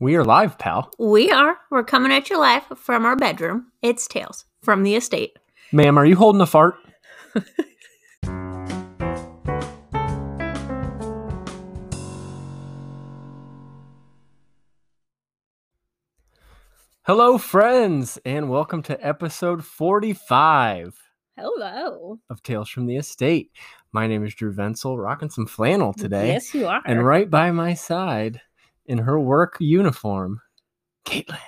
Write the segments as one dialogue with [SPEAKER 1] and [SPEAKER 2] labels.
[SPEAKER 1] We are live, pal.
[SPEAKER 2] We are. We're coming at you live from our bedroom. It's Tails from the estate.
[SPEAKER 1] Ma'am, are you holding a fart? Hello, friends, and welcome to episode 45
[SPEAKER 2] Hello.
[SPEAKER 1] of Tales from the Estate. My name is Drew Venzel, rocking some flannel today.
[SPEAKER 2] Yes, you are.
[SPEAKER 1] And right by my side, in her work uniform, Caitlin.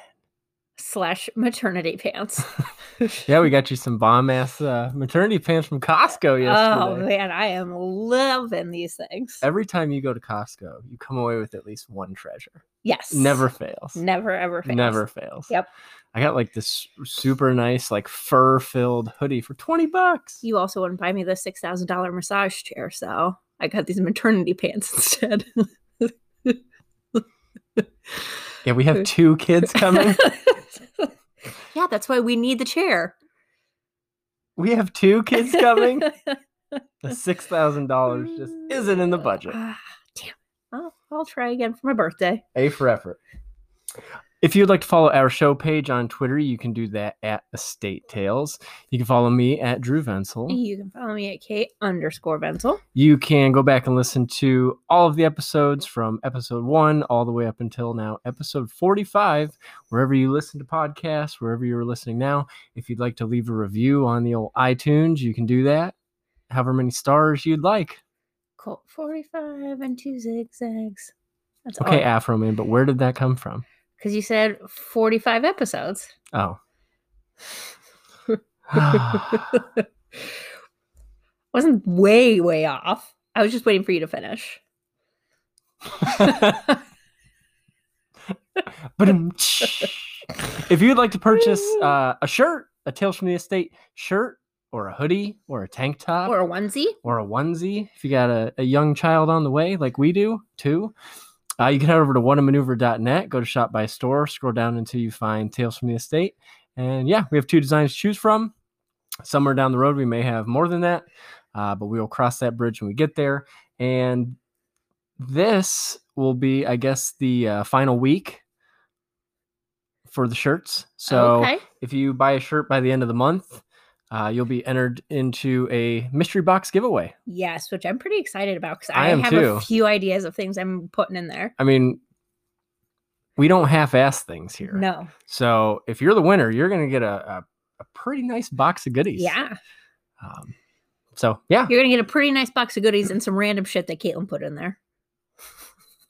[SPEAKER 2] Slash maternity pants.
[SPEAKER 1] Yeah, we got you some bomb ass uh, maternity pants from Costco
[SPEAKER 2] Oh
[SPEAKER 1] yesterday.
[SPEAKER 2] man, I am loving these things.
[SPEAKER 1] Every time you go to Costco, you come away with at least one treasure.
[SPEAKER 2] yes.
[SPEAKER 1] Never fails.
[SPEAKER 2] Never ever fails.
[SPEAKER 1] Never fails.
[SPEAKER 2] Yep.
[SPEAKER 1] I got like this super nice, like fur filled hoodie for 20 bucks.
[SPEAKER 2] You also wouldn't buy me the six thousand dollar massage chair, so I got these maternity pants instead.
[SPEAKER 1] Yeah, we have two kids coming.
[SPEAKER 2] yeah, that's why we need the chair.
[SPEAKER 1] we have two kids coming. The $6,000 just isn't in the budget.
[SPEAKER 2] Ah, damn. Well, I'll try again for my birthday.
[SPEAKER 1] A for effort. If you'd like to follow our show page on Twitter, you can do that at Estate Tales. You can follow me at Drew Venzel.
[SPEAKER 2] You can follow me at Kate underscore Benzel.
[SPEAKER 1] You can go back and listen to all of the episodes from episode one all the way up until now, episode 45, wherever you listen to podcasts, wherever you're listening now. If you'd like to leave a review on the old iTunes, you can do that. However many stars you'd like.
[SPEAKER 2] Colt 45 and two zigzags. That's
[SPEAKER 1] Okay,
[SPEAKER 2] all.
[SPEAKER 1] Afro Man, but where did that come from?
[SPEAKER 2] Because you said 45 episodes.
[SPEAKER 1] Oh.
[SPEAKER 2] Wasn't way, way off. I was just waiting for you to finish.
[SPEAKER 1] if you'd like to purchase uh, a shirt, a Tales from the Estate shirt, or a hoodie, or a tank top,
[SPEAKER 2] Or
[SPEAKER 1] or,
[SPEAKER 2] a onesie.
[SPEAKER 1] a onesie, if you got a, a young child on the way, like we do too, uh, you can head over to whatamaneuver.net, go to shop by store, scroll down until you find Tales from the Estate. And yeah, we have two designs to choose from. Somewhere down the road, we may have more than that, uh, but we will cross that bridge when we get there. And this will be, I guess, the uh, final week for the shirts. So
[SPEAKER 2] okay.
[SPEAKER 1] if you buy a shirt by the end of the month, uh, you'll be entered into a mystery box giveaway.
[SPEAKER 2] Yes, which I'm pretty excited about because
[SPEAKER 1] I
[SPEAKER 2] I,
[SPEAKER 1] am
[SPEAKER 2] have
[SPEAKER 1] too.
[SPEAKER 2] a few ideas of things I'm putting in there.
[SPEAKER 1] I mean, we don't half-ass things here.
[SPEAKER 2] No.
[SPEAKER 1] So if you're the winner, you're going to get a, a, a pretty nice box of goodies.
[SPEAKER 2] Yeah.
[SPEAKER 1] Um, so yeah,
[SPEAKER 2] You're going to get a pretty nice box of goodies and some random shit that Caitlin put in there.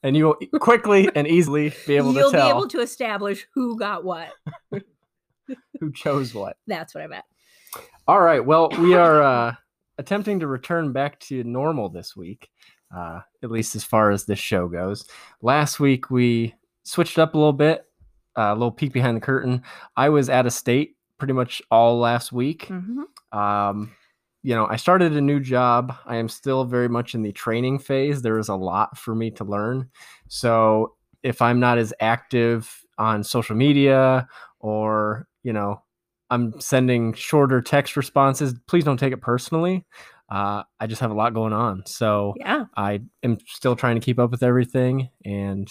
[SPEAKER 1] and you will e- quickly and easily be able
[SPEAKER 2] You'll
[SPEAKER 1] to
[SPEAKER 2] be
[SPEAKER 1] tell
[SPEAKER 2] able to establish who got what.
[SPEAKER 1] who chose what.
[SPEAKER 2] That's what I meant.
[SPEAKER 1] All right. Well, we are uh, attempting to return back to normal this week, uh, at least as far as this show goes. Last week, we switched up a little bit, uh, a little peek behind the curtain. I was out of state pretty much all last week.
[SPEAKER 2] Mhm.
[SPEAKER 1] Um, you know, I started a new job. I am still very much in the training phase. There is a lot for me to learn. So if I'm not as active on social media or, you know, I'm sending shorter text responses, please don't take it personally. Uh, I just have a lot going on. So
[SPEAKER 2] Yeah.
[SPEAKER 1] I am still trying to keep up with everything and,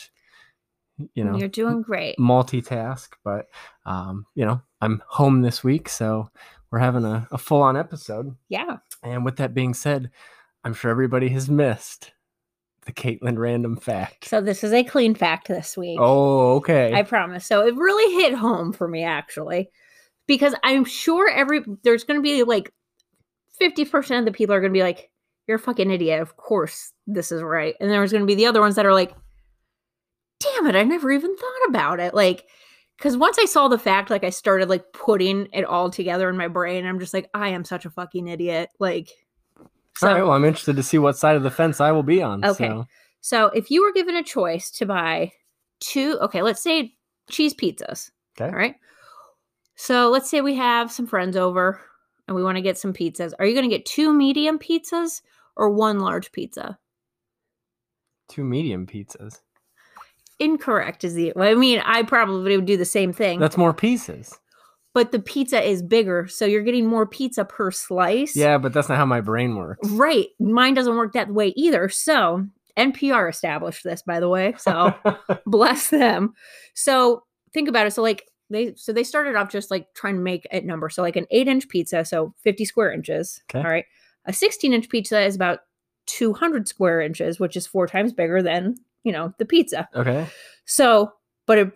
[SPEAKER 1] you know,
[SPEAKER 2] You're doing great.
[SPEAKER 1] multitask, but um, you know, I'm home this week, so we're having a, a full on episode.
[SPEAKER 2] Yeah.
[SPEAKER 1] And with that being said, I'm sure everybody has missed the Caitlin random fact.
[SPEAKER 2] So this is a clean fact this week.
[SPEAKER 1] oh, okay.
[SPEAKER 2] I promise. So it really hit home for me actually. Because I'm sure every there's gonna be like 50% of the people are gonna be like, You're a fucking idiot. Of course this is right. And there's gonna be the other ones that are like, damn it, I never even thought about it. Like because once I saw the fact, like I started like putting it all together in my brain, I'm just like, I am such a fucking idiot. Like,
[SPEAKER 1] All right. Well, I'm interested to see what side of the fence I will be on.
[SPEAKER 2] Okay.
[SPEAKER 1] So,
[SPEAKER 2] So if you were given a choice to buy two, okay, let's say cheese pizzas.
[SPEAKER 1] Okay.
[SPEAKER 2] All right. So let's say we have some friends over and we want to get some pizzas. Are you going to get two medium pizzas or one large pizza?
[SPEAKER 1] two medium pizzas.
[SPEAKER 2] Incorrect is the. Well, I mean, I probably would do the same thing,
[SPEAKER 1] That's more pieces.
[SPEAKER 2] but the pizza is bigger, so you're getting more pizza per slice.
[SPEAKER 1] Yeah, but that's not how my brain works.
[SPEAKER 2] Right. Mine doesn't work that way either. So NPR established this, by the way. So bless them. So think about it. So like they so they started off just like trying to make a number. So like an eight inch pizza, so 50 square inches.
[SPEAKER 1] Okay.
[SPEAKER 2] All right. A 16 inch pizza is about 200 square inches, which is four times bigger than you know the pizza.
[SPEAKER 1] okay.
[SPEAKER 2] So, but it,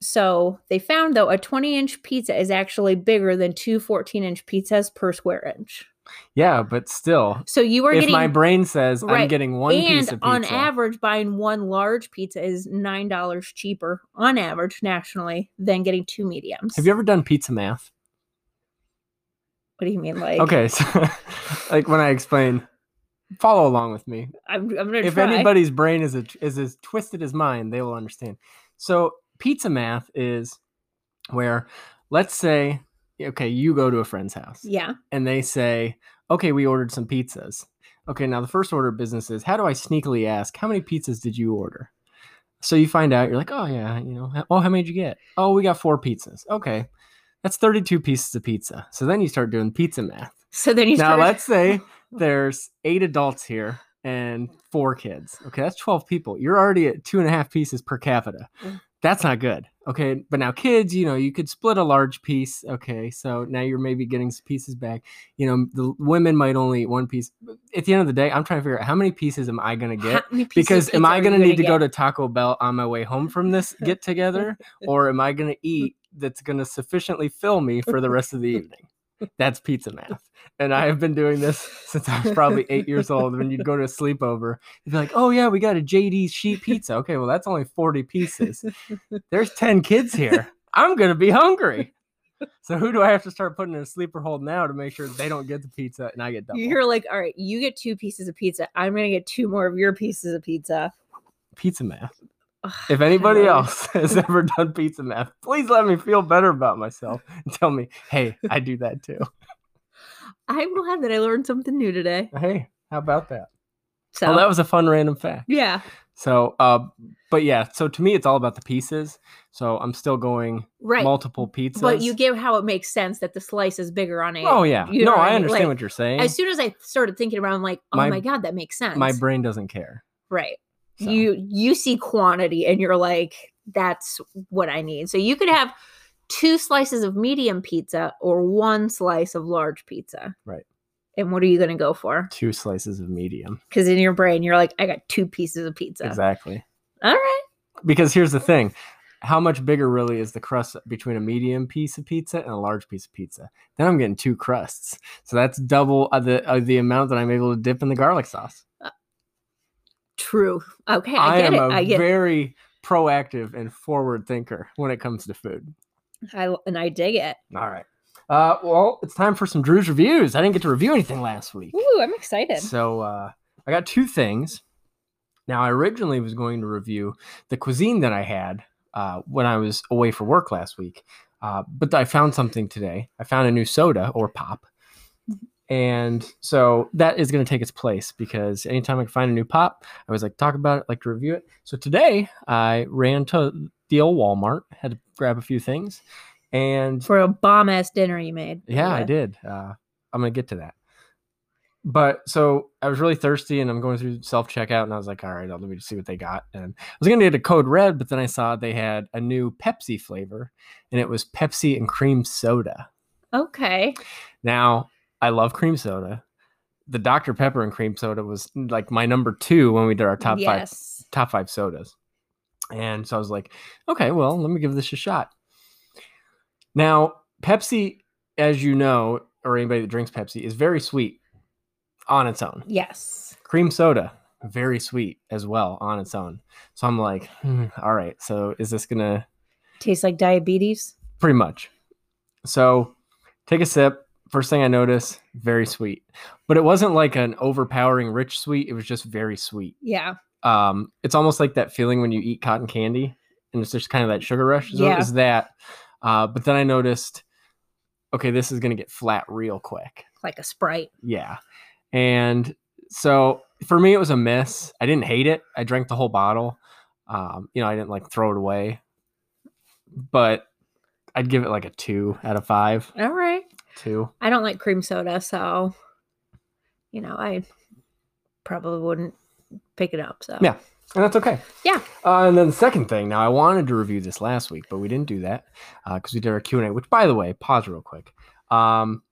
[SPEAKER 2] so they found though a 20 inch pizza is actually bigger than two 14 inch pizzas per square inch.
[SPEAKER 1] Yeah, but still,
[SPEAKER 2] So you are
[SPEAKER 1] if
[SPEAKER 2] getting
[SPEAKER 1] my brain says I'm
[SPEAKER 2] Right.
[SPEAKER 1] getting one
[SPEAKER 2] and
[SPEAKER 1] piece of pizza,
[SPEAKER 2] on average, buying one large pizza is nine dollars cheaper on average nationally than getting two mediums.
[SPEAKER 1] have you ever done pizza math?
[SPEAKER 2] what do you mean, like?
[SPEAKER 1] Okay, so like when I explain, follow along with me.
[SPEAKER 2] I'm, I'm gonna
[SPEAKER 1] If
[SPEAKER 2] try.
[SPEAKER 1] anybody's brain is a, is as twisted as mine, they will understand. So pizza math is where, let's say, okay, you go to a friend's house
[SPEAKER 2] yeah,
[SPEAKER 1] and they say, okay, we ordered some pizzas. Okay, now the first order of business is how do I sneakily ask how many pizzas did you order? So you find out you're like, oh yeah, you know, oh how many did you get? Oh, we got four pizzas. Okay, that's 32 pieces of pizza. So then you start doing pizza math
[SPEAKER 2] so then you
[SPEAKER 1] now
[SPEAKER 2] start.
[SPEAKER 1] let's say there's eight adults here and four kids okay that's 12 people you're already at two and a half pieces per capita
[SPEAKER 2] Mm.
[SPEAKER 1] that's not good okay but now kids you know you could split a large piece okay so now you're maybe getting some pieces back you know the women might only eat one piece at the end of the day i'm trying to figure out how many pieces am i going to get
[SPEAKER 2] How many pieces of
[SPEAKER 1] because am
[SPEAKER 2] pizza
[SPEAKER 1] I
[SPEAKER 2] are you
[SPEAKER 1] going to need to go
[SPEAKER 2] get?
[SPEAKER 1] to Taco Bell on my way home from this get together, or am I going to eat that's going to sufficiently fill me for the rest of the evening? That's pizza math, and I have been doing this since I was probably eight years old. When you'd go to a sleepover, you'd be like, "Oh yeah, we got a JD sheet pizza. Okay, well that's only forty pieces. There's ten kids here. I'm going to be hungry." So who do I have to start putting in a sleeper hold now to make sure they don't get the pizza and I get double?
[SPEAKER 2] You're like, all right, you get two pieces of pizza. I'm gonna get two more of your pieces of pizza.
[SPEAKER 1] pizza math.
[SPEAKER 2] Ugh,
[SPEAKER 1] If anybody
[SPEAKER 2] Lord.
[SPEAKER 1] else has ever done pizza math, please let me feel better about myself and tell me, hey, I do that too.
[SPEAKER 2] I'm glad that I learned something new today.
[SPEAKER 1] Hey, how about that?
[SPEAKER 2] So
[SPEAKER 1] Well, that was a fun random fact.
[SPEAKER 2] yeah,
[SPEAKER 1] So, uh, but yeah, so to me, it's all about the pieces. So I'm still going
[SPEAKER 2] right.
[SPEAKER 1] multiple pizzas.
[SPEAKER 2] But you get how it makes sense that the slice is bigger on a.
[SPEAKER 1] oh yeah,
[SPEAKER 2] you know
[SPEAKER 1] no,
[SPEAKER 2] what
[SPEAKER 1] I
[SPEAKER 2] I mean?
[SPEAKER 1] understand
[SPEAKER 2] Like,
[SPEAKER 1] what you're saying.
[SPEAKER 2] As soon as I started thinking about, it, I'm like, oh
[SPEAKER 1] My-
[SPEAKER 2] my, god, that makes sense.
[SPEAKER 1] My brain doesn't care.
[SPEAKER 2] right.
[SPEAKER 1] So.
[SPEAKER 2] You you see quantity and you're like, that's what I need. So you could have two slices of medium pizza or one slice of large pizza.
[SPEAKER 1] Right.
[SPEAKER 2] And what are you gonna go for?
[SPEAKER 1] two slices of medium,
[SPEAKER 2] Because in your brain, you're like, I got two pieces of pizza.
[SPEAKER 1] exactly.
[SPEAKER 2] All right.
[SPEAKER 1] Because here's the thing. How much bigger really is the crust between a medium piece of pizza and a large piece of pizza? Then I'm getting two crusts. So that's double uh, the uh, the amount that I'm able to dip in the garlic sauce.
[SPEAKER 2] True. Okay, I, get
[SPEAKER 1] am
[SPEAKER 2] it.
[SPEAKER 1] a
[SPEAKER 2] I get it.
[SPEAKER 1] very proactive and forward thinker when it comes to food.
[SPEAKER 2] I and I dig it.
[SPEAKER 1] All right. Uh, well, it's time for some Drew's reviews. I didn't get to review anything last week.
[SPEAKER 2] Ooh, I'm excited.
[SPEAKER 1] So uh, I got two things. Now I originally was going to review the cuisine that I had uh, when I was away for work last week, uh, but I found something today. I found a new soda or pop, and so that is going to take its place because anytime I can find a new pop, I was like talk about it, like to review it. So today I ran to the old Walmart, had to grab a few things, and
[SPEAKER 2] for a bomb ass dinner you made. by the
[SPEAKER 1] yeah, I
[SPEAKER 2] way.
[SPEAKER 1] did. Uh, I'm gonna get to that. But so I was really thirsty, and I'm going through self checkout, and I was like, "All right, I'll, let me see what they got." And I was gonna get a code red, but then I saw they had a new Pepsi flavor, and it was Pepsi and cream soda.
[SPEAKER 2] Okay.
[SPEAKER 1] Now I love cream soda. The Dr Pepper and cream soda was like my number two when we did our top five
[SPEAKER 2] yes.
[SPEAKER 1] top five sodas. And so I was like, okay, well, let me give this a shot. Now, Pepsi, as you know, or anybody that drinks Pepsi, is very sweet on its own.
[SPEAKER 2] Yes.
[SPEAKER 1] Cream soda, very sweet as well on its own. So I'm like, hmm, all right, so is this going to
[SPEAKER 2] Tastes like diabetes.
[SPEAKER 1] pretty much? So take a sip. First thing I notice, very sweet. But it wasn't like an overpowering rich sweet. It was just very sweet
[SPEAKER 2] Yeah.
[SPEAKER 1] um it's almost like that feeling when you eat cotton candy and it's just kind of that sugar rush so
[SPEAKER 2] Yeah.
[SPEAKER 1] it was that uh but then i noticed okay this is gonna get flat real quick
[SPEAKER 2] Like a Sprite.
[SPEAKER 1] yeah and so for me it was a miss i didn't hate it i drank the whole bottle um you know i didn't like throw it away but i'd give it like a two out of five
[SPEAKER 2] All right.
[SPEAKER 1] two
[SPEAKER 2] I don't like cream soda, so you know, I probably wouldn't pick it up. So
[SPEAKER 1] Yeah. And that's okay.
[SPEAKER 2] Yeah.
[SPEAKER 1] Uh, and then the second thing, now I wanted to review this last week, but we didn't do that because we did our Q and A. Which, by the way, pause real quick. Um,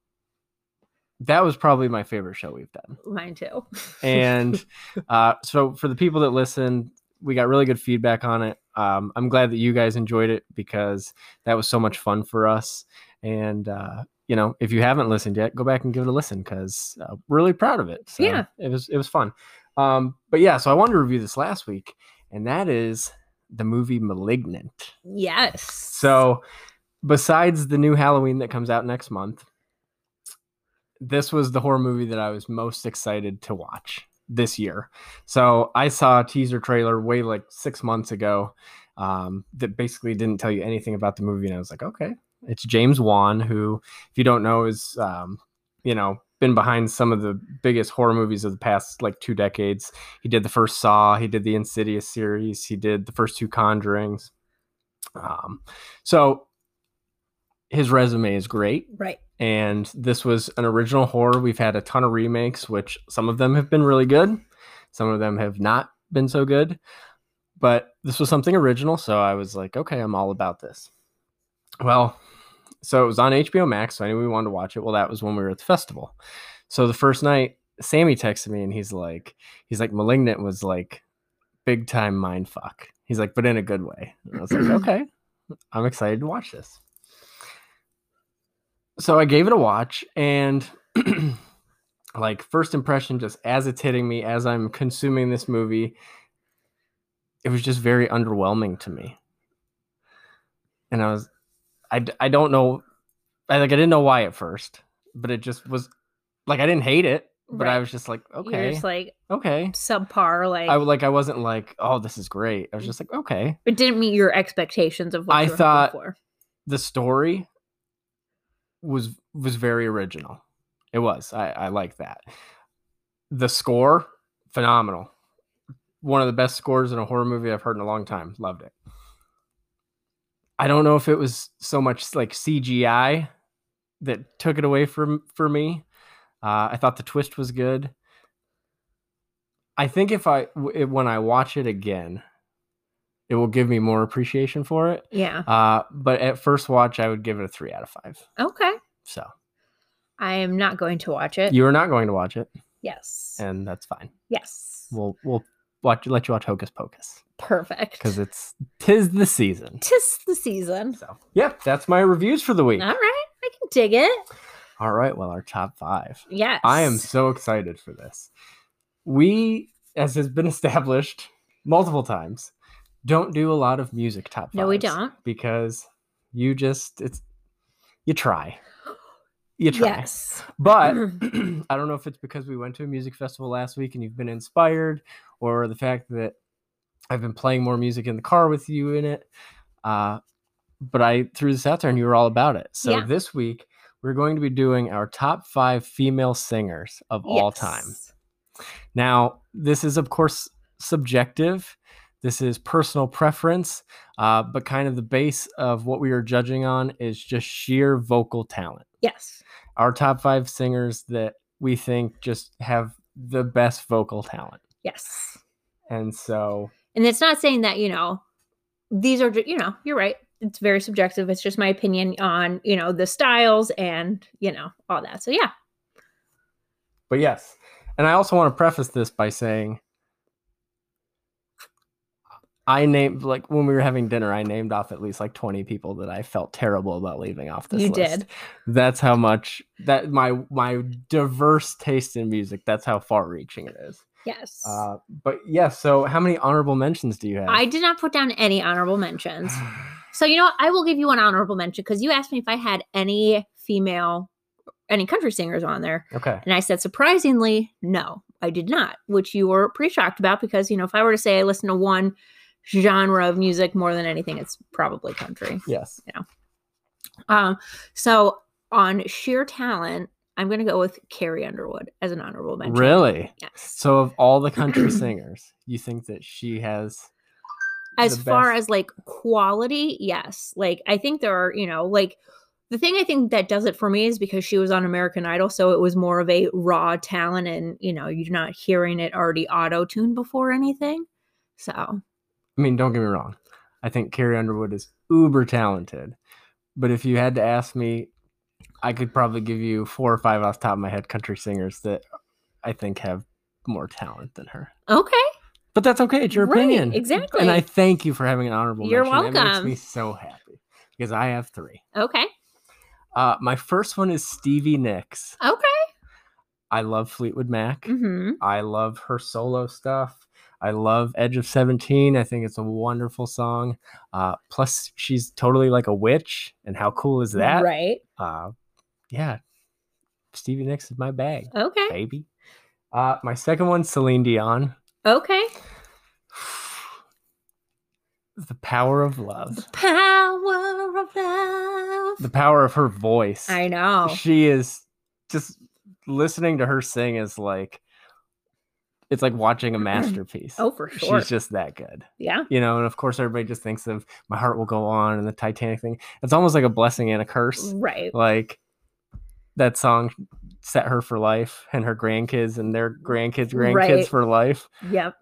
[SPEAKER 1] that was probably my favorite show we've done.
[SPEAKER 2] mine too.
[SPEAKER 1] And uh, so, for the people that listened, we got really good feedback on it. Um, I'm glad that you guys enjoyed it because that was so much fun for us. And uh, you know, if you haven't listened yet, go back and give it a listen because uh, we're really proud of it. So
[SPEAKER 2] Yeah.
[SPEAKER 1] it was it was fun. Um, but yeah, so I wanted to review this last week, and that is the movie *Malignant*.
[SPEAKER 2] yes.
[SPEAKER 1] So, besides the new Halloween that comes out next month, this was the horror movie that I was most excited to watch this year. So, I saw a teaser trailer way like six months ago um, that basically didn't tell you anything about the movie. And I was like, okay, it's James Wan, who, if you don't know, is, um, you know, been behind some of the biggest horror movies of the past like two decades. He did the first Saw, he did the Insidious series, he did the first two Conjurings. Um, so his resume is great.
[SPEAKER 2] right.
[SPEAKER 1] And this was an original horror. We've had a ton of remakes, which some of them have been really good, some of them have not been so good. But this was something original. So I was like, okay, I'm all about this. Well, so it was on HBO Max. So I knew we wanted to watch it. Well, that was when we were at the festival. So the first night, Sammy texted me and he's like, he's like, Malignant was like big time mind fuck. He's like, but in a good way. And I was like, okay, I'm excited to watch this. So I gave it a watch and like first impression, just as it's hitting me, as I'm consuming this movie, it was just very underwhelming to me. And I was, I, d- I don't know, I like, I didn't know why at first, but it just was like, I didn't hate it, but I
[SPEAKER 2] Right.
[SPEAKER 1] was just like, okay,
[SPEAKER 2] You're just like
[SPEAKER 1] okay.
[SPEAKER 2] subpar. Like
[SPEAKER 1] I like I wasn't like, oh, this is great. I was just like, okay.
[SPEAKER 2] it didn't meet your expectations of what
[SPEAKER 1] I
[SPEAKER 2] you were hoping
[SPEAKER 1] thought-
[SPEAKER 2] for.
[SPEAKER 1] The story was was very original. It was. I, I like that. The score, phenomenal. One of the best scores in a horror movie I've heard in a long time. Loved it. I don't know if it was so much like CGI that took it away from for me. Uh, I thought the twist was good. I think if I w- it- when I watch it again, it will give me more appreciation for it.
[SPEAKER 2] Yeah.
[SPEAKER 1] Uh, but at first watch, I would give it a three out of five.
[SPEAKER 2] Okay.
[SPEAKER 1] So
[SPEAKER 2] I am not going to watch it.
[SPEAKER 1] you are not going to watch it,
[SPEAKER 2] yes.
[SPEAKER 1] and that's fine.
[SPEAKER 2] yes.
[SPEAKER 1] We'll we'll watch let you watch Hocus Pocus
[SPEAKER 2] Perfect.
[SPEAKER 1] because it's tis the season.
[SPEAKER 2] tis the season.
[SPEAKER 1] So yep, that's my reviews for the week.
[SPEAKER 2] All right. I can dig it.
[SPEAKER 1] All right, well our top five.
[SPEAKER 2] Yes.
[SPEAKER 1] I am so excited for this. We, as has been established multiple times, don't do a lot of music top fives.
[SPEAKER 2] No, we don't.
[SPEAKER 1] because you just it's you try. You try.
[SPEAKER 2] Yes. Mm-hmm.
[SPEAKER 1] But I don't know if it's because we went to a music festival last week and you've been inspired, or the fact that I've been playing more music in the car with you in it. Uh, but I threw this out there and you were all about it. So
[SPEAKER 2] Yeah.
[SPEAKER 1] this week we're going to be doing our top five female singers of all time.
[SPEAKER 2] Yes.
[SPEAKER 1] Now, this is, of course, subjective. This is personal preference, uh, but kind of the base of what we are judging on is just sheer vocal talent
[SPEAKER 2] Yes.
[SPEAKER 1] our top five singers that we think just have the best vocal talent.
[SPEAKER 2] Yes.
[SPEAKER 1] And so,
[SPEAKER 2] And it's not saying that, you know, these are, ju- you know, you're right. It's very subjective. It's just my opinion on, you know, the styles and, you know, all that. So, yeah.
[SPEAKER 1] but yes. And I also want to preface this by saying I named, like, when we were having dinner, I named off at least like 20 people that I felt terrible about leaving off this
[SPEAKER 2] You
[SPEAKER 1] list.
[SPEAKER 2] did.
[SPEAKER 1] That's how much that my my diverse taste in music, that's how far reaching it is.
[SPEAKER 2] Yes.
[SPEAKER 1] Uh, but yeah, so how many honorable mentions do you have?
[SPEAKER 2] I did not put down any honorable mentions. So, you know what? I will give you an honorable mention because you asked me if I had any female, any country singers on there.
[SPEAKER 1] okay.
[SPEAKER 2] And I said, surprisingly, no, I did not, which you were pretty shocked about because, you know, if I were to say I listen to one genre of music more than anything, it's probably country.
[SPEAKER 1] Yes.
[SPEAKER 2] Um, so on sheer talent, I'm going to go with Carrie Underwood as an honorable mention.
[SPEAKER 1] Really?
[SPEAKER 2] Yes.
[SPEAKER 1] So of all the country singers, you think that she has
[SPEAKER 2] As
[SPEAKER 1] the
[SPEAKER 2] far
[SPEAKER 1] best-
[SPEAKER 2] as like quality, yes. Like I think there are, you know, like the thing I think that does it for me is because she was on American Idol, so it was more of a raw talent, and you know, you're not hearing it already auto tuned before anything. So
[SPEAKER 1] I mean, don't get me wrong. I think Carrie Underwood is uber talented. But if you had to ask me, I could probably give you four or five off the top of my head country singers that I think have more talent than her.
[SPEAKER 2] okay,
[SPEAKER 1] But that's okay. It's your
[SPEAKER 2] Right,
[SPEAKER 1] opinion.
[SPEAKER 2] exactly.
[SPEAKER 1] And I thank you for having an honorable
[SPEAKER 2] You're
[SPEAKER 1] mention. That makes
[SPEAKER 2] welcome.
[SPEAKER 1] me so happy because I have three.
[SPEAKER 2] okay,
[SPEAKER 1] Uh, my first one is Stevie Nicks.
[SPEAKER 2] okay.
[SPEAKER 1] I love Fleetwood Mac.
[SPEAKER 2] Mm-hmm.
[SPEAKER 1] I love her solo stuff. I love Edge of 17. I think it's a wonderful song. Uh, plus, she's totally like a witch. And how cool is that?
[SPEAKER 2] right?
[SPEAKER 1] Uh, yeah. Stevie Nicks is my bag,
[SPEAKER 2] Okay,
[SPEAKER 1] baby. Uh, my second one, Celine Dion.
[SPEAKER 2] okay.
[SPEAKER 1] The power of love.
[SPEAKER 2] Power of love.
[SPEAKER 1] The power of her voice.
[SPEAKER 2] I know.
[SPEAKER 1] She is just listening to her sing is like, it's like watching a masterpiece.
[SPEAKER 2] Oh, for sure.
[SPEAKER 1] She's just that good.
[SPEAKER 2] yeah.
[SPEAKER 1] you know and of course everybody just thinks of my heart will go on and the titanic thing it's almost like a blessing and a curse
[SPEAKER 2] Right.
[SPEAKER 1] like that song set her for life and her grandkids and their grandkids grandkids
[SPEAKER 2] Right.
[SPEAKER 1] for life
[SPEAKER 2] Yep.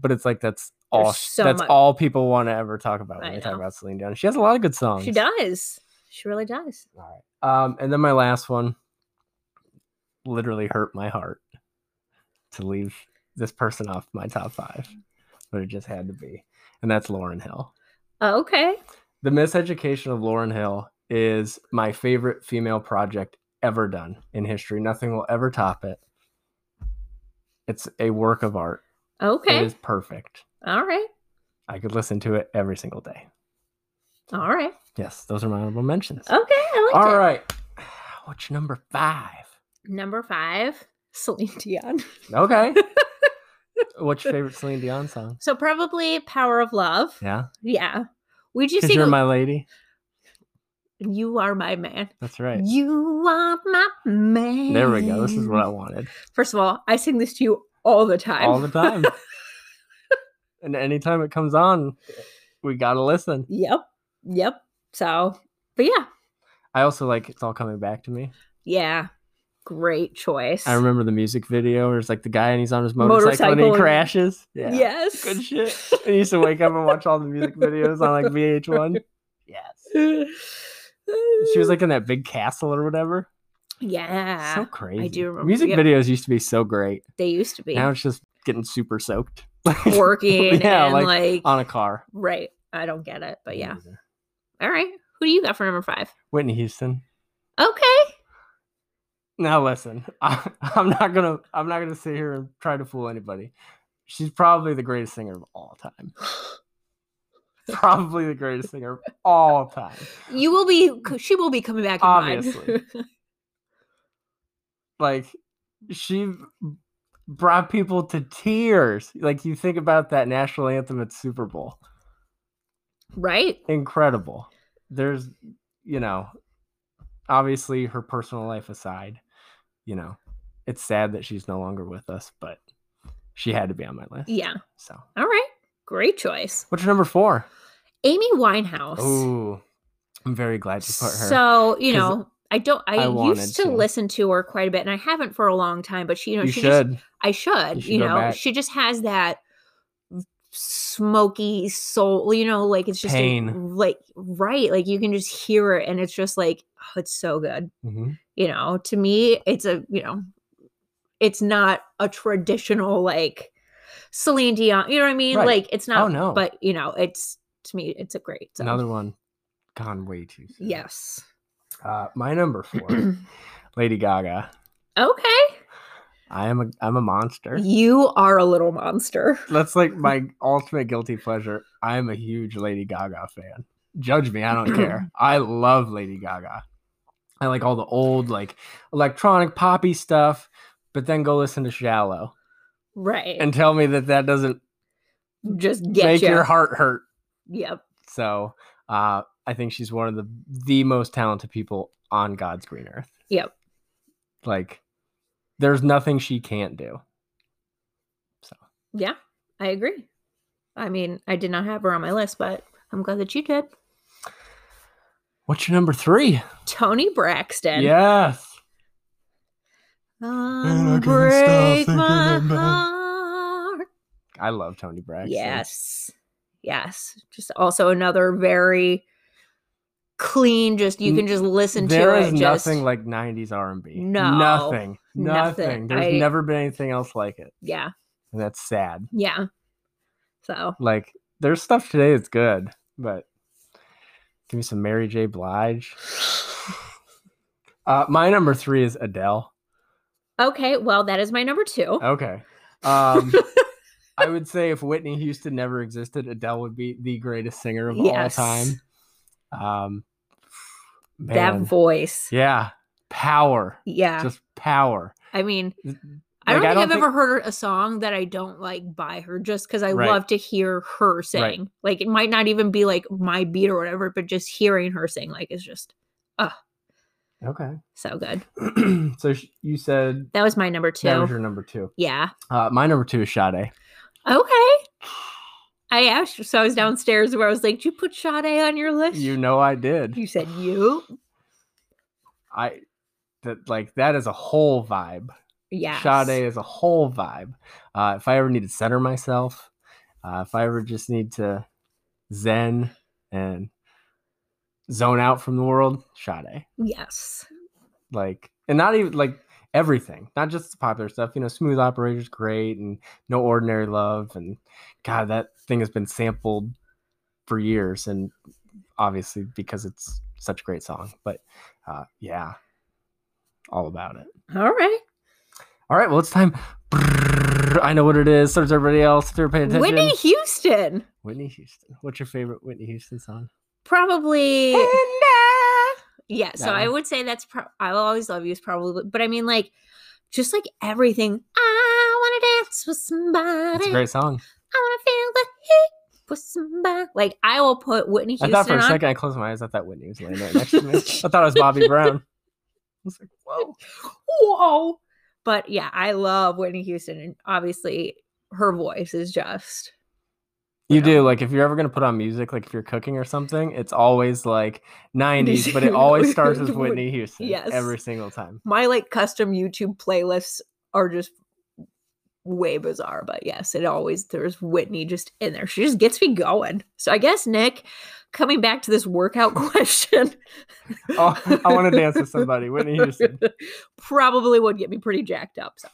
[SPEAKER 1] but it's like that's all
[SPEAKER 2] There's so
[SPEAKER 1] that's
[SPEAKER 2] much-
[SPEAKER 1] all people want to ever talk about when
[SPEAKER 2] I
[SPEAKER 1] they talk
[SPEAKER 2] know.
[SPEAKER 1] about celine dion she has a lot of good songs
[SPEAKER 2] She does. She really does.
[SPEAKER 1] all right um and then my last one literally hurt my heart to leave this person off my top five but it just had to be and that's lauren hill
[SPEAKER 2] Okay.
[SPEAKER 1] The Miseducation of Lauren Hill is my favorite female project ever done in history. Nothing will ever top it. It's a work of art. It
[SPEAKER 2] Okay.
[SPEAKER 1] is perfect.
[SPEAKER 2] All right.
[SPEAKER 1] I could listen to it every single day.
[SPEAKER 2] All right.
[SPEAKER 1] Yes, those are my honorable mentions.
[SPEAKER 2] Okay. I like
[SPEAKER 1] All
[SPEAKER 2] it.
[SPEAKER 1] right. What's your number five?
[SPEAKER 2] Number five, Celine Dion.
[SPEAKER 1] Okay. What's your favorite Celine Dion song?
[SPEAKER 2] So probably Power of Love.
[SPEAKER 1] Yeah.
[SPEAKER 2] Yeah. Would you
[SPEAKER 1] Because
[SPEAKER 2] sing
[SPEAKER 1] you're
[SPEAKER 2] a-
[SPEAKER 1] my lady.
[SPEAKER 2] You Are My Man?
[SPEAKER 1] That's right.
[SPEAKER 2] You are my man.
[SPEAKER 1] There we go. This is what I wanted
[SPEAKER 2] First of all, I sing this to you all the time.
[SPEAKER 1] all the time. and anytime it comes on, we got to listen.
[SPEAKER 2] Yep. Yep. So, but yeah.
[SPEAKER 1] I also like it's all coming back to me.
[SPEAKER 2] Yeah. Great choice.
[SPEAKER 1] I remember the music video where it's like the guy and he's on his motorcycle, and he
[SPEAKER 2] Motorcycle.
[SPEAKER 1] crashes. Yeah.
[SPEAKER 2] Yes.
[SPEAKER 1] Good shit. I used to wake up and watch all the music videos on like VH1. Yes. She was like in that big castle or whatever.
[SPEAKER 2] Yeah.
[SPEAKER 1] so crazy.
[SPEAKER 2] do remember-
[SPEAKER 1] Music
[SPEAKER 2] yep.
[SPEAKER 1] videos used to be so great.
[SPEAKER 2] they used to be
[SPEAKER 1] Now it's just getting super soaked.
[SPEAKER 2] working
[SPEAKER 1] Yeah,
[SPEAKER 2] and
[SPEAKER 1] like,
[SPEAKER 2] like,
[SPEAKER 1] on a Mm. car.
[SPEAKER 2] right. I don't get it, but yeah.
[SPEAKER 1] Amazing.
[SPEAKER 2] All right. Who do you got for number five?
[SPEAKER 1] Whitney Houston.
[SPEAKER 2] Okay.
[SPEAKER 1] Now listen, I, I'm not gonna I'm not gonna sit here and try to fool anybody. She's probably the greatest singer of all time. Probably the greatest singer of all time.
[SPEAKER 2] You will be. c- She will be coming back. In
[SPEAKER 1] Obviously.
[SPEAKER 2] Mine.
[SPEAKER 1] Like she b- brought people to tears. Like you think about that national anthem at Super Bowl.
[SPEAKER 2] right.
[SPEAKER 1] Incredible. There's you know, obviously her personal life aside, you know, it's sad that she's no longer with us, but she had to be on my list.
[SPEAKER 2] Yeah.
[SPEAKER 1] So
[SPEAKER 2] All right. Great choice.
[SPEAKER 1] What's your number four?
[SPEAKER 2] Amy Winehouse.
[SPEAKER 1] Oh, I'm very glad you put her.
[SPEAKER 2] So you
[SPEAKER 1] 'Cause
[SPEAKER 2] know, I don't. I,
[SPEAKER 1] I wanted
[SPEAKER 2] used to,
[SPEAKER 1] to.
[SPEAKER 2] listen to her quite a bit, and I haven't for a long time. But she, you know,
[SPEAKER 1] you
[SPEAKER 2] she just
[SPEAKER 1] should.
[SPEAKER 2] I
[SPEAKER 1] You
[SPEAKER 2] should, you,
[SPEAKER 1] should go
[SPEAKER 2] know,
[SPEAKER 1] back.
[SPEAKER 2] she just has that smoky soul, you know, like it's just a-
[SPEAKER 1] Pain.
[SPEAKER 2] like right, like you can just hear it and it's just like oh, it's so good.
[SPEAKER 1] Mhm.
[SPEAKER 2] You know, to me it's a, you know, it's not a traditional like Celine Dion, you know what I mean?
[SPEAKER 1] Right. Oh,
[SPEAKER 2] Like it's not
[SPEAKER 1] no.
[SPEAKER 2] but you know, it's to me it's a great. So.
[SPEAKER 1] Another one gone way too soon.
[SPEAKER 2] Yes.
[SPEAKER 1] Uh, my number four, Lady Gaga.
[SPEAKER 2] okay.
[SPEAKER 1] I am a I'm a monster.
[SPEAKER 2] You are a little monster.
[SPEAKER 1] That's like my ultimate guilty pleasure. I'm a huge Lady Gaga fan. Judge me, I don't care. I love Lady Gaga. I like all the old like electronic poppy stuff, but then go listen to Shallow
[SPEAKER 2] Right.
[SPEAKER 1] and tell me that that doesn't
[SPEAKER 2] just get
[SPEAKER 1] make
[SPEAKER 2] ya.
[SPEAKER 1] your heart hurt.
[SPEAKER 2] Yep.
[SPEAKER 1] So uh, I think she's one of the the most talented people on God's green earth.
[SPEAKER 2] Yep.
[SPEAKER 1] Like, there's nothing she can't do.
[SPEAKER 2] Yeah, I agree. I mean, I did not have her on my list, but I'm glad that you did.
[SPEAKER 1] What's your number three?
[SPEAKER 2] Tony Braxton.
[SPEAKER 1] Yes. And I couldn't stop
[SPEAKER 2] Unbreak
[SPEAKER 1] thinking
[SPEAKER 2] my
[SPEAKER 1] about-
[SPEAKER 2] heart.
[SPEAKER 1] I love Tony Braxton.
[SPEAKER 2] Yes. Yes. Just also another very clean, just you
[SPEAKER 1] N-
[SPEAKER 2] can just listen
[SPEAKER 1] There
[SPEAKER 2] to
[SPEAKER 1] is
[SPEAKER 2] it. Just,
[SPEAKER 1] nothing like 90s R&B.
[SPEAKER 2] No.
[SPEAKER 1] Nothing. Nothing.
[SPEAKER 2] Nothing.
[SPEAKER 1] There's
[SPEAKER 2] I-
[SPEAKER 1] never been anything else like it.
[SPEAKER 2] yeah.
[SPEAKER 1] And that's sad.
[SPEAKER 2] Yeah. So
[SPEAKER 1] Like there's stuff today that's good, but give me some Mary J. Blige. Uh, my number three is Adele.
[SPEAKER 2] okay, well that is my number two.
[SPEAKER 1] Okay. Um, I would say if Whitney Houston never existed, Adele would be the greatest singer of
[SPEAKER 2] Yes.
[SPEAKER 1] all time. Um, man,
[SPEAKER 2] that voice.
[SPEAKER 1] yeah, power,
[SPEAKER 2] Yeah.
[SPEAKER 1] just power.
[SPEAKER 2] I mean
[SPEAKER 1] Like,
[SPEAKER 2] I don't think I have
[SPEAKER 1] think-
[SPEAKER 2] ever heard a song that I don't like by her just because I
[SPEAKER 1] Right.
[SPEAKER 2] love to hear her sing. Like it might not even be like my beat or whatever, but just hearing her sing like is just so good.
[SPEAKER 1] Okay, so sh- you said
[SPEAKER 2] That was my number two.
[SPEAKER 1] that was your number two.
[SPEAKER 2] yeah.
[SPEAKER 1] Uh, my number two is Sade.
[SPEAKER 2] Okay. I asked so I was downstairs where I was like, Did you put Sade on your list?
[SPEAKER 1] You know I did.
[SPEAKER 2] You said you?
[SPEAKER 1] I that like that is a whole vibe.
[SPEAKER 2] Yeah.
[SPEAKER 1] Sade is a whole vibe. Uh, if I ever need to center myself, uh, if I ever just need to zen and zone out from the world, Sade.
[SPEAKER 2] Yes.
[SPEAKER 1] Like, and not even like everything, not just the popular stuff. You know, Smooth Operator's great, and No Ordinary Love, and God, that thing has been sampled for years, and obviously because it's such a great song. But uh, yeah, all about it.
[SPEAKER 2] All right.
[SPEAKER 1] All right, well, it's time. I know what it is. So does everybody else. If they're paying attention.
[SPEAKER 2] Whitney Houston.
[SPEAKER 1] Whitney Houston. What's your favorite Whitney Houston song?
[SPEAKER 2] Probably Yeah,
[SPEAKER 1] That
[SPEAKER 2] so I
[SPEAKER 1] one.
[SPEAKER 2] would say that's pro- I'll always love you is probably but I mean like just like everything. I wanna dance with
[SPEAKER 1] It's a
[SPEAKER 2] somebody.
[SPEAKER 1] great song.
[SPEAKER 2] I wanna feel the heat with somebody. Like I will put Whitney
[SPEAKER 1] I
[SPEAKER 2] Houston
[SPEAKER 1] thought for a
[SPEAKER 2] on.
[SPEAKER 1] second I closed my eyes. I thought Whitney was laying right next to me. I thought it was Bobby Brown. I was like, whoa.
[SPEAKER 2] Whoa. But yeah, I love Whitney Houston and obviously her voice is just
[SPEAKER 1] You
[SPEAKER 2] Yeah.
[SPEAKER 1] do like if you're ever gonna put on music, like if you're cooking or something, it's always like '90s, but it always starts with Whitney Houston.
[SPEAKER 2] Yes.
[SPEAKER 1] every single time.
[SPEAKER 2] my like custom YouTube playlists are just way bizarre, but yes, it always there's Whitney just in there. She just gets me going. So I guess Nick, coming back to this workout question,
[SPEAKER 1] Oh, I want to dance with somebody. Whitney Houston
[SPEAKER 2] probably would get me pretty jacked up. So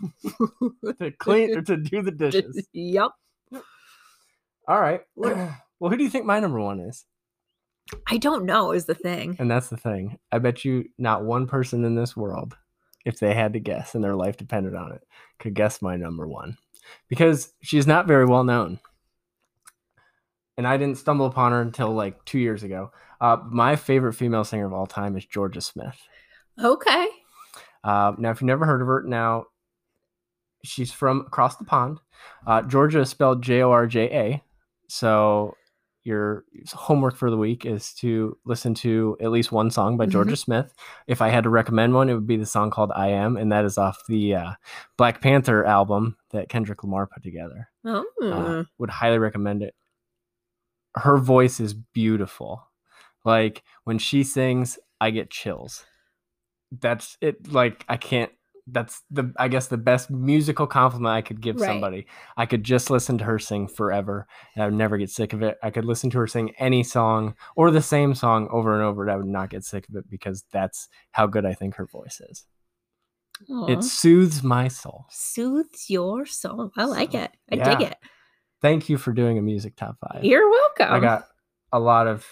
[SPEAKER 1] to clean or to do the dishes.
[SPEAKER 2] yep.
[SPEAKER 1] All right. Well, who do you think my number one is?
[SPEAKER 2] I don't know is the thing.
[SPEAKER 1] And that's the thing. I bet you not one person in this world, if they had to guess and their life depended on it, could guess my number one because she's not very well known. And I didn't stumble upon her until like two years ago. Uh, my favorite female singer of all time is Georgia Smith.
[SPEAKER 2] Okay.
[SPEAKER 1] Uh, now, if you've never heard of her, now she's from across the pond. Uh, Georgia is spelled J O R J A. So your homework for the week is to listen to at least one song by Georgia Smith. If I had to recommend one, it would be the song called I Am, and that is off the uh, Black Panther album that Kendrick Lamar put together.
[SPEAKER 2] Oh.
[SPEAKER 1] Uh, would highly recommend it. Her voice is beautiful. Like when she sings, I get chills. That's it. Like I can't. That's the I guess the best musical compliment I could give
[SPEAKER 2] Right.
[SPEAKER 1] somebody. I could just listen to her sing forever, and I would never get sick of it. I could listen to her sing any song or the same song over and over, and I would not get sick of it because that's how good I think her voice is.
[SPEAKER 2] aw.
[SPEAKER 1] It soothes my soul.
[SPEAKER 2] soothes your soul. I like
[SPEAKER 1] So,
[SPEAKER 2] it. I
[SPEAKER 1] yeah.
[SPEAKER 2] dig it.
[SPEAKER 1] Thank you for doing a music top five.
[SPEAKER 2] You're welcome.
[SPEAKER 1] I got a lot of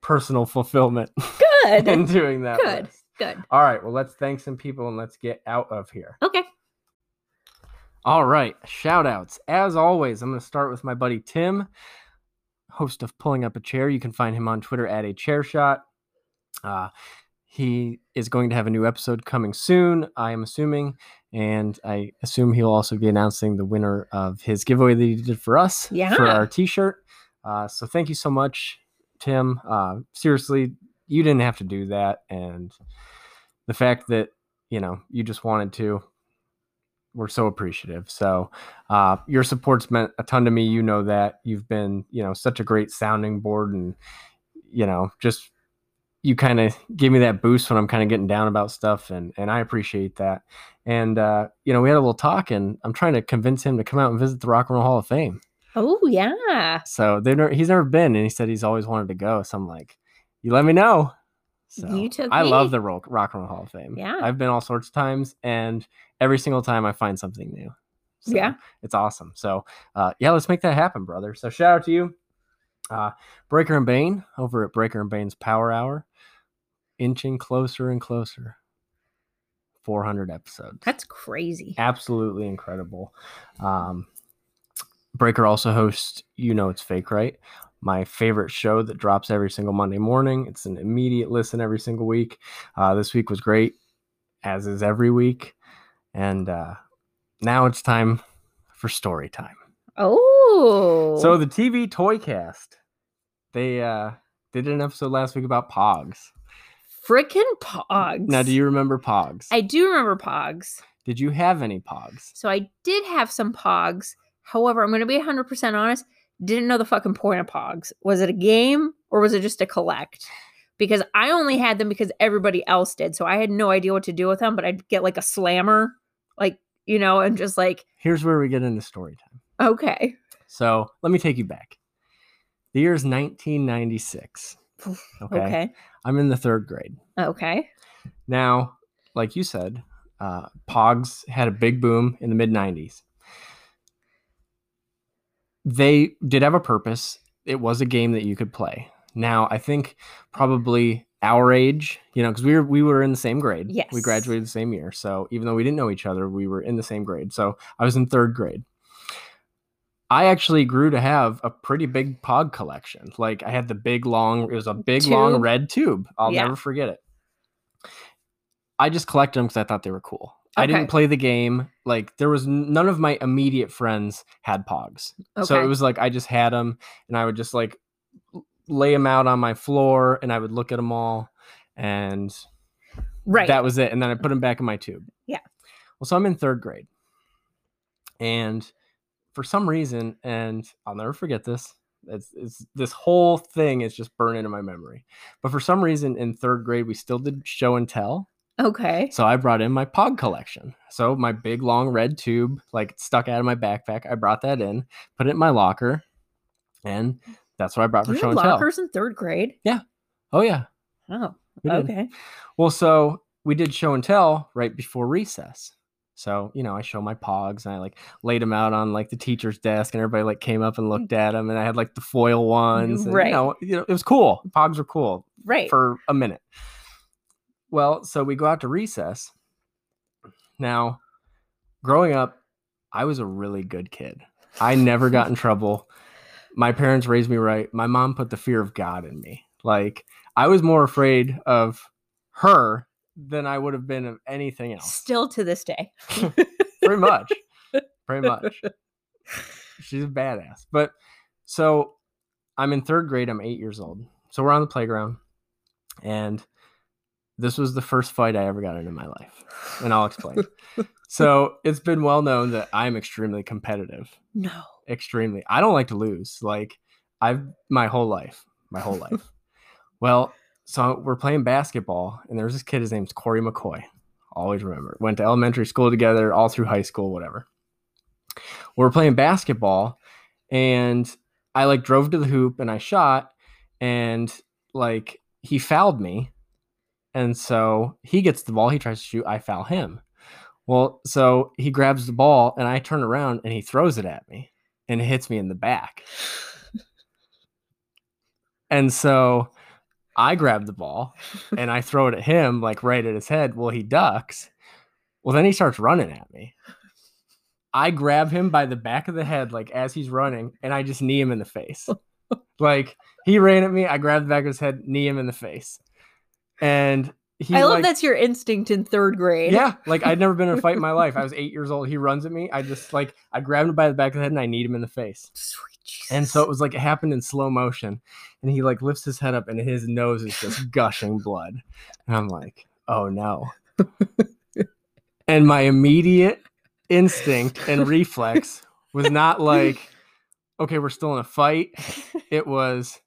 [SPEAKER 1] personal fulfillment
[SPEAKER 2] good.
[SPEAKER 1] in doing that.
[SPEAKER 2] Good.
[SPEAKER 1] list.
[SPEAKER 2] good.
[SPEAKER 1] All right. Well, let's thank some people and let's get out of here.
[SPEAKER 2] Okay.
[SPEAKER 1] All right. Shout outs. As always, I'm going to start with my buddy Tim, host of Pulling Up a Chair. You can find him on Twitter at a chair shot. Uh, he is going to have a new episode coming soon, I am assuming. And I assume he'll also be announcing the winner of his giveaway that he did for us
[SPEAKER 2] Yeah.
[SPEAKER 1] for our t shirt. Uh, so thank you so much, Tim. Uh, seriously, you didn't have to do that. And the fact that, you know, you just wanted to, we're so appreciative. So uh, your support's meant a ton to me. You know that. You've been, you know, such a great sounding board and, you know, just you kind of gave me that boost when I'm kind of getting down about stuff, and and I appreciate that. And uh, you know, we had a little talk, and I'm trying to convince him to come out and visit the Rock and Roll Hall of Fame.
[SPEAKER 2] Oh yeah.
[SPEAKER 1] So they've never, he's never been, and he said he's always wanted to go. So I'm like, you let me know. So
[SPEAKER 2] You took
[SPEAKER 1] I love
[SPEAKER 2] me.
[SPEAKER 1] the Rock, Rock and Roll Hall of Fame.
[SPEAKER 2] Yeah.
[SPEAKER 1] I've been all sorts of times, and every single time I find something new. So
[SPEAKER 2] Yeah.
[SPEAKER 1] it's awesome. So uh, yeah, let's make that happen, brother. So shout out to you, uh, Breaker and Bane over at Breaker and Bane's Power Hour, inching closer and closer. 400 episodes
[SPEAKER 2] That's crazy.
[SPEAKER 1] absolutely incredible. Um, Breaker also hosts You Know It's Fake, right? My favorite show that drops every single Monday morning. It's an immediate listen every single week. Uh, this week was great, as is every week. And uh, now it's time for story time.
[SPEAKER 2] Oh.
[SPEAKER 1] So the TV Toy Cast, they uh, they did an episode last week about Pogs.
[SPEAKER 2] freaking pogs.
[SPEAKER 1] Now, do you remember Pogs?
[SPEAKER 2] I do remember pogs.
[SPEAKER 1] did you have any Pogs?
[SPEAKER 2] So I did have some pogs. However, I'm going to be 100% honest. Didn't know the fucking point of pogs. Was it a game or was it just to collect? Because I only had them because everybody else did. So I had no idea what to do with them, but I'd get like a slammer, like, you know, and just like,
[SPEAKER 1] Here's where we get into story time.
[SPEAKER 2] okay.
[SPEAKER 1] So let me take you back. The year is 1996. Okay.
[SPEAKER 2] Oof, Okay.
[SPEAKER 1] I'm in the third grade.
[SPEAKER 2] Okay.
[SPEAKER 1] Now, like you said, uh, Pogs had a big boom in the mid 90s. They did have a purpose, it was a game that you could play. Now, I think probably our age, you know, because we were, we were in the same grade. We
[SPEAKER 2] Yes.
[SPEAKER 1] graduated the same year. So even though we didn't know each other, we were in the same grade. So I was in third grade. I actually grew to have a pretty big pog collection. Like I had the big long, it was a big long
[SPEAKER 2] Tube.
[SPEAKER 1] red tube. I'll
[SPEAKER 2] Yeah.
[SPEAKER 1] never forget it. I just collected them because I thought they were cool. I
[SPEAKER 2] Okay.
[SPEAKER 1] didn't play the game. Like there was n- none of my immediate friends had pogs.
[SPEAKER 2] Okay.
[SPEAKER 1] So it was like I just had them and I would just like l- lay them out on my floor and I would look at them all and
[SPEAKER 2] right.
[SPEAKER 1] that was it. And then I put them back in my tube.
[SPEAKER 2] Yeah.
[SPEAKER 1] Well, so I'm in third grade. And for some reason, and I'll never forget this, it's, it's, this whole thing is just burned into my memory. But for some reason, in third grade, we still did show and tell.
[SPEAKER 2] okay.
[SPEAKER 1] So I brought in my pod collection. So my big long red tube, like stuck out of my backpack, I brought that in, put it in my locker. And that's what I brought for
[SPEAKER 2] you
[SPEAKER 1] show
[SPEAKER 2] had
[SPEAKER 1] and tell.
[SPEAKER 2] lockers in third grade.
[SPEAKER 1] Oh, yeah.
[SPEAKER 2] Oh,
[SPEAKER 1] we did.
[SPEAKER 2] okay.
[SPEAKER 1] Well, so we did show and tell right before recess. So, you know, I show my pogs and I like laid them out on like the teacher's desk and everybody like came up and looked at them and I had like the foil ones. And,
[SPEAKER 2] Mm. Right.
[SPEAKER 1] You know, you know, it was cool. Pogs were cool
[SPEAKER 2] Right.
[SPEAKER 1] for a minute. Well, so we go out to recess. Now, growing up, I was a really good kid. I never got in trouble. My parents raised me right. My mom put the fear of God in me. Like, I was more afraid of her than I would have been of anything else.
[SPEAKER 2] Still to this day.
[SPEAKER 1] Pretty much. Pretty much. She's a badass. But so I'm in third grade. I'm eight years old. So we're on the playground. And this was the first fight I ever got into my life. And I'll explain. so it's been well known that I'm extremely competitive.
[SPEAKER 2] No.
[SPEAKER 1] Extremely. I don't like to lose. Like I've my whole life. My whole life. well, so we're playing basketball, and there's this kid, his name's Corey McCoy. Always remember. Went to elementary school together, all through high school, whatever. We're playing basketball, and I like drove to the hoop and I shot, and like he fouled me. And so he gets the ball, he tries to shoot, I foul him. Well, so he grabs the ball and I turn around and he throws it at me and it hits me in the back. And so I grab the ball and I throw it at him, like right at his head. Well, he ducks. Well, then he starts running at me. I grab him by the back of the head, like as he's running, and I just knee him in the face. like he ran at me, I grabbed the back of his head, knee him in the face. And he
[SPEAKER 2] I love
[SPEAKER 1] like,
[SPEAKER 2] that's your instinct in third grade.
[SPEAKER 1] yeah, like I'd never been in a fight in my life. I was eight years old. He runs at me. I just like I grab him by the back of the head and I need him in the face.
[SPEAKER 2] Sweet Jesus.
[SPEAKER 1] And so it was like it happened in slow motion. And he like lifts his head up and his nose is just gushing blood. And I'm like, oh no. and my immediate instinct and reflex was not like, okay, we're still in a fight. It was,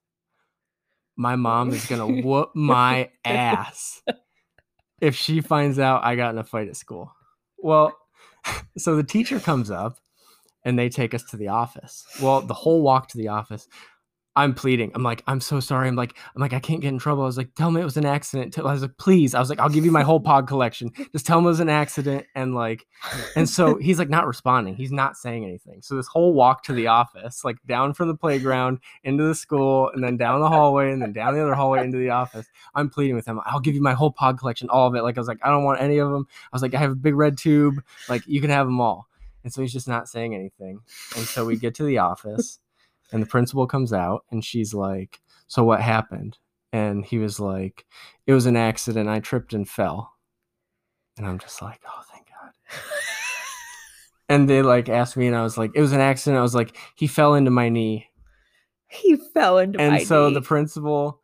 [SPEAKER 1] my mom is gonna whoop my ass if she finds out I got in a fight at school. Well, so the teacher comes up and they take us to the office. Well, the whole walk to the office, I'm pleading. I'm like, I'm so sorry. I'm like, I'm like, I can't get in trouble. I was like, tell me it was an accident. Tell- I was like, please. I was like, I'll give you my whole pod collection. Just tell him it was an accident. And like, and so he's like not responding. He's not saying anything. So this whole walk to the office, like down from the playground into the school, and then down the hallway, and then down the other hallway into the office. I'm pleading with him. I'll give you my whole pod collection, all of it. Like I was like, I don't want any of them. I was like, I have a big red tube. Like you can have them all. And so he's just not saying anything. And so we get to the office, and the principal comes out, and she's like, "So what happened?" And he was like, "It was an accident. I tripped and fell." And I'm just like, "Oh, thank God." and they like asked me, and I was like, "It was an accident." I was like, "He fell into my knee."
[SPEAKER 2] He fell into my
[SPEAKER 1] And so
[SPEAKER 2] knee.
[SPEAKER 1] the principal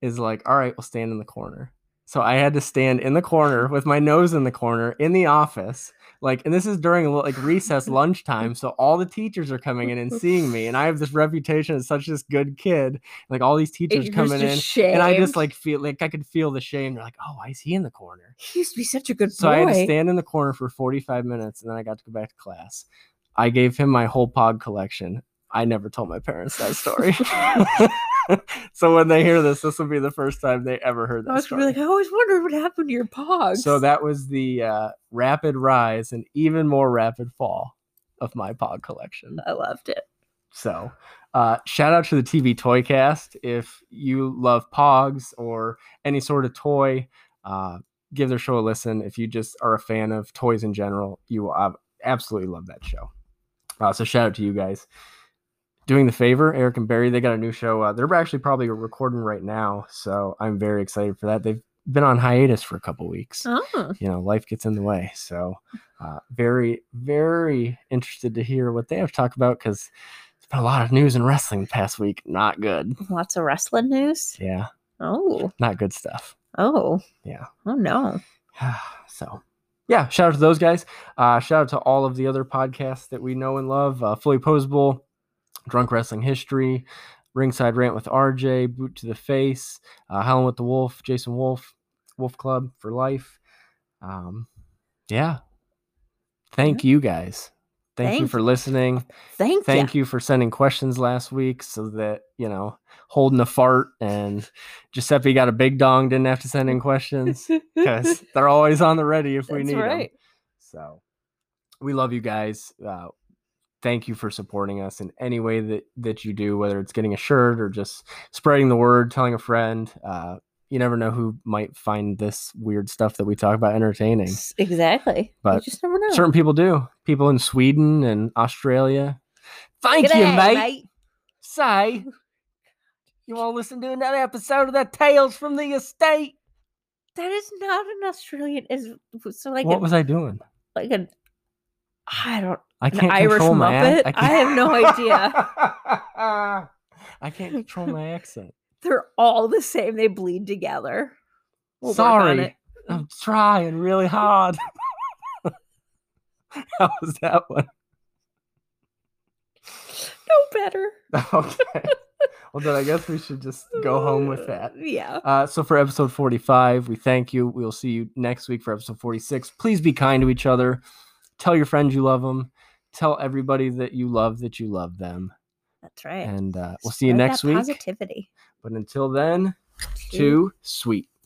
[SPEAKER 1] is like, "All right, we'll stand in the corner." So I had to stand in the corner with my nose in the corner in the office. Like, and this is during like recess lunchtime, so all the teachers are coming in and seeing me, and I have this reputation as such this good kid. Like all these
[SPEAKER 2] It
[SPEAKER 1] teachers
[SPEAKER 2] was
[SPEAKER 1] coming in,
[SPEAKER 2] just
[SPEAKER 1] and I
[SPEAKER 2] shamed.
[SPEAKER 1] just like feel like I could feel the shame. They're like, "Oh, why is he in the corner?"
[SPEAKER 2] he used to be such a good
[SPEAKER 1] So
[SPEAKER 2] boy.
[SPEAKER 1] I had to stand in the corner for 45 minutes, and then I got to go back to class. I gave him my whole pod collection. I never told my parents that story. so when they hear this, this will be the first time they ever heard
[SPEAKER 2] I
[SPEAKER 1] that
[SPEAKER 2] was
[SPEAKER 1] story.
[SPEAKER 2] gonna be like, I always wondered what happened to your pogs.
[SPEAKER 1] So that was the uh, rapid rise and even more rapid fall of my pod collection.
[SPEAKER 2] I loved it.
[SPEAKER 1] So, uh, shout out to the TV Toy Cast. If you love Pogs or any sort of toy, uh, give their show a listen. If you just are a fan of toys in general, you will ab- absolutely love that show. Uh, so, shout out to you guys. Doing the favor, Eric and Barry, they got a new show. Uh, they're actually probably recording right now. So, I'm very excited for that. They've been on hiatus for a couple weeks
[SPEAKER 2] Oh,
[SPEAKER 1] you know, life gets in the way. So, uh, very, very interested to hear what they have to talk about because it's been a lot of news in wrestling the past week. Not good.
[SPEAKER 2] lots of wrestling news.
[SPEAKER 1] Yeah,
[SPEAKER 2] Oh,
[SPEAKER 1] not good stuff.
[SPEAKER 2] oh,
[SPEAKER 1] Yeah.
[SPEAKER 2] Oh no,
[SPEAKER 1] so, yeah, shout out to those guys. Uh, shout out to all of the other podcasts that we know and love uh, Fully Posable, Drunk Wrestling History, Ringside Rant with RJ, Boot to the Face, uh, Howling with the Wolf, Jason Wolf, Wolf Club for Life. Um, yeah. Thank you guys. Thank, you
[SPEAKER 2] Thank
[SPEAKER 1] for listening.
[SPEAKER 2] thank,
[SPEAKER 1] Thank you for sending questions last week so that, you know, holding a fart and Giuseppe got a big dong, didn't have to send in questions
[SPEAKER 2] you.
[SPEAKER 1] because they're always on the ready if we
[SPEAKER 2] That's
[SPEAKER 1] need
[SPEAKER 2] right.
[SPEAKER 1] them. So we love you guys. Uh, thank you for supporting us in any way that that you do, whether it's getting a shirt or just spreading the word, telling a friend. Uh, you never know who might find this weird stuff that we talk about entertaining.
[SPEAKER 2] S- Exactly. you
[SPEAKER 1] But
[SPEAKER 2] just never know.
[SPEAKER 1] Certain people do. People in Sweden and Australia. Thank you,
[SPEAKER 2] G'day,
[SPEAKER 1] mate. Say, you all listen to another episode of the Tales from the Estate.
[SPEAKER 2] That is not an Australian. Is so like
[SPEAKER 1] what
[SPEAKER 2] an-
[SPEAKER 1] was I doing?
[SPEAKER 2] like an. I don't.
[SPEAKER 1] I
[SPEAKER 2] An
[SPEAKER 1] can't
[SPEAKER 2] Irish
[SPEAKER 1] control my ac-
[SPEAKER 2] Muppet? I have no
[SPEAKER 1] I can't control my accent.
[SPEAKER 2] They're all the same. They bleed together. We'll work on it.
[SPEAKER 1] Sorry, I'm trying really hard. How was that one?
[SPEAKER 2] No better.
[SPEAKER 1] Okay. Well, then I guess we should just go home with that.
[SPEAKER 2] Yeah.
[SPEAKER 1] Uh, so for episode 45, we thank you. We'll see you next week for episode 46. Please be kind to each other. Tell your friends you love them. Tell everybody that you love that you love them.
[SPEAKER 2] That's right.
[SPEAKER 1] And uh, we'll see you
[SPEAKER 2] Spread
[SPEAKER 1] next
[SPEAKER 2] that
[SPEAKER 1] week.
[SPEAKER 2] Positivity.
[SPEAKER 1] But until then,
[SPEAKER 2] Two.
[SPEAKER 1] too sweet.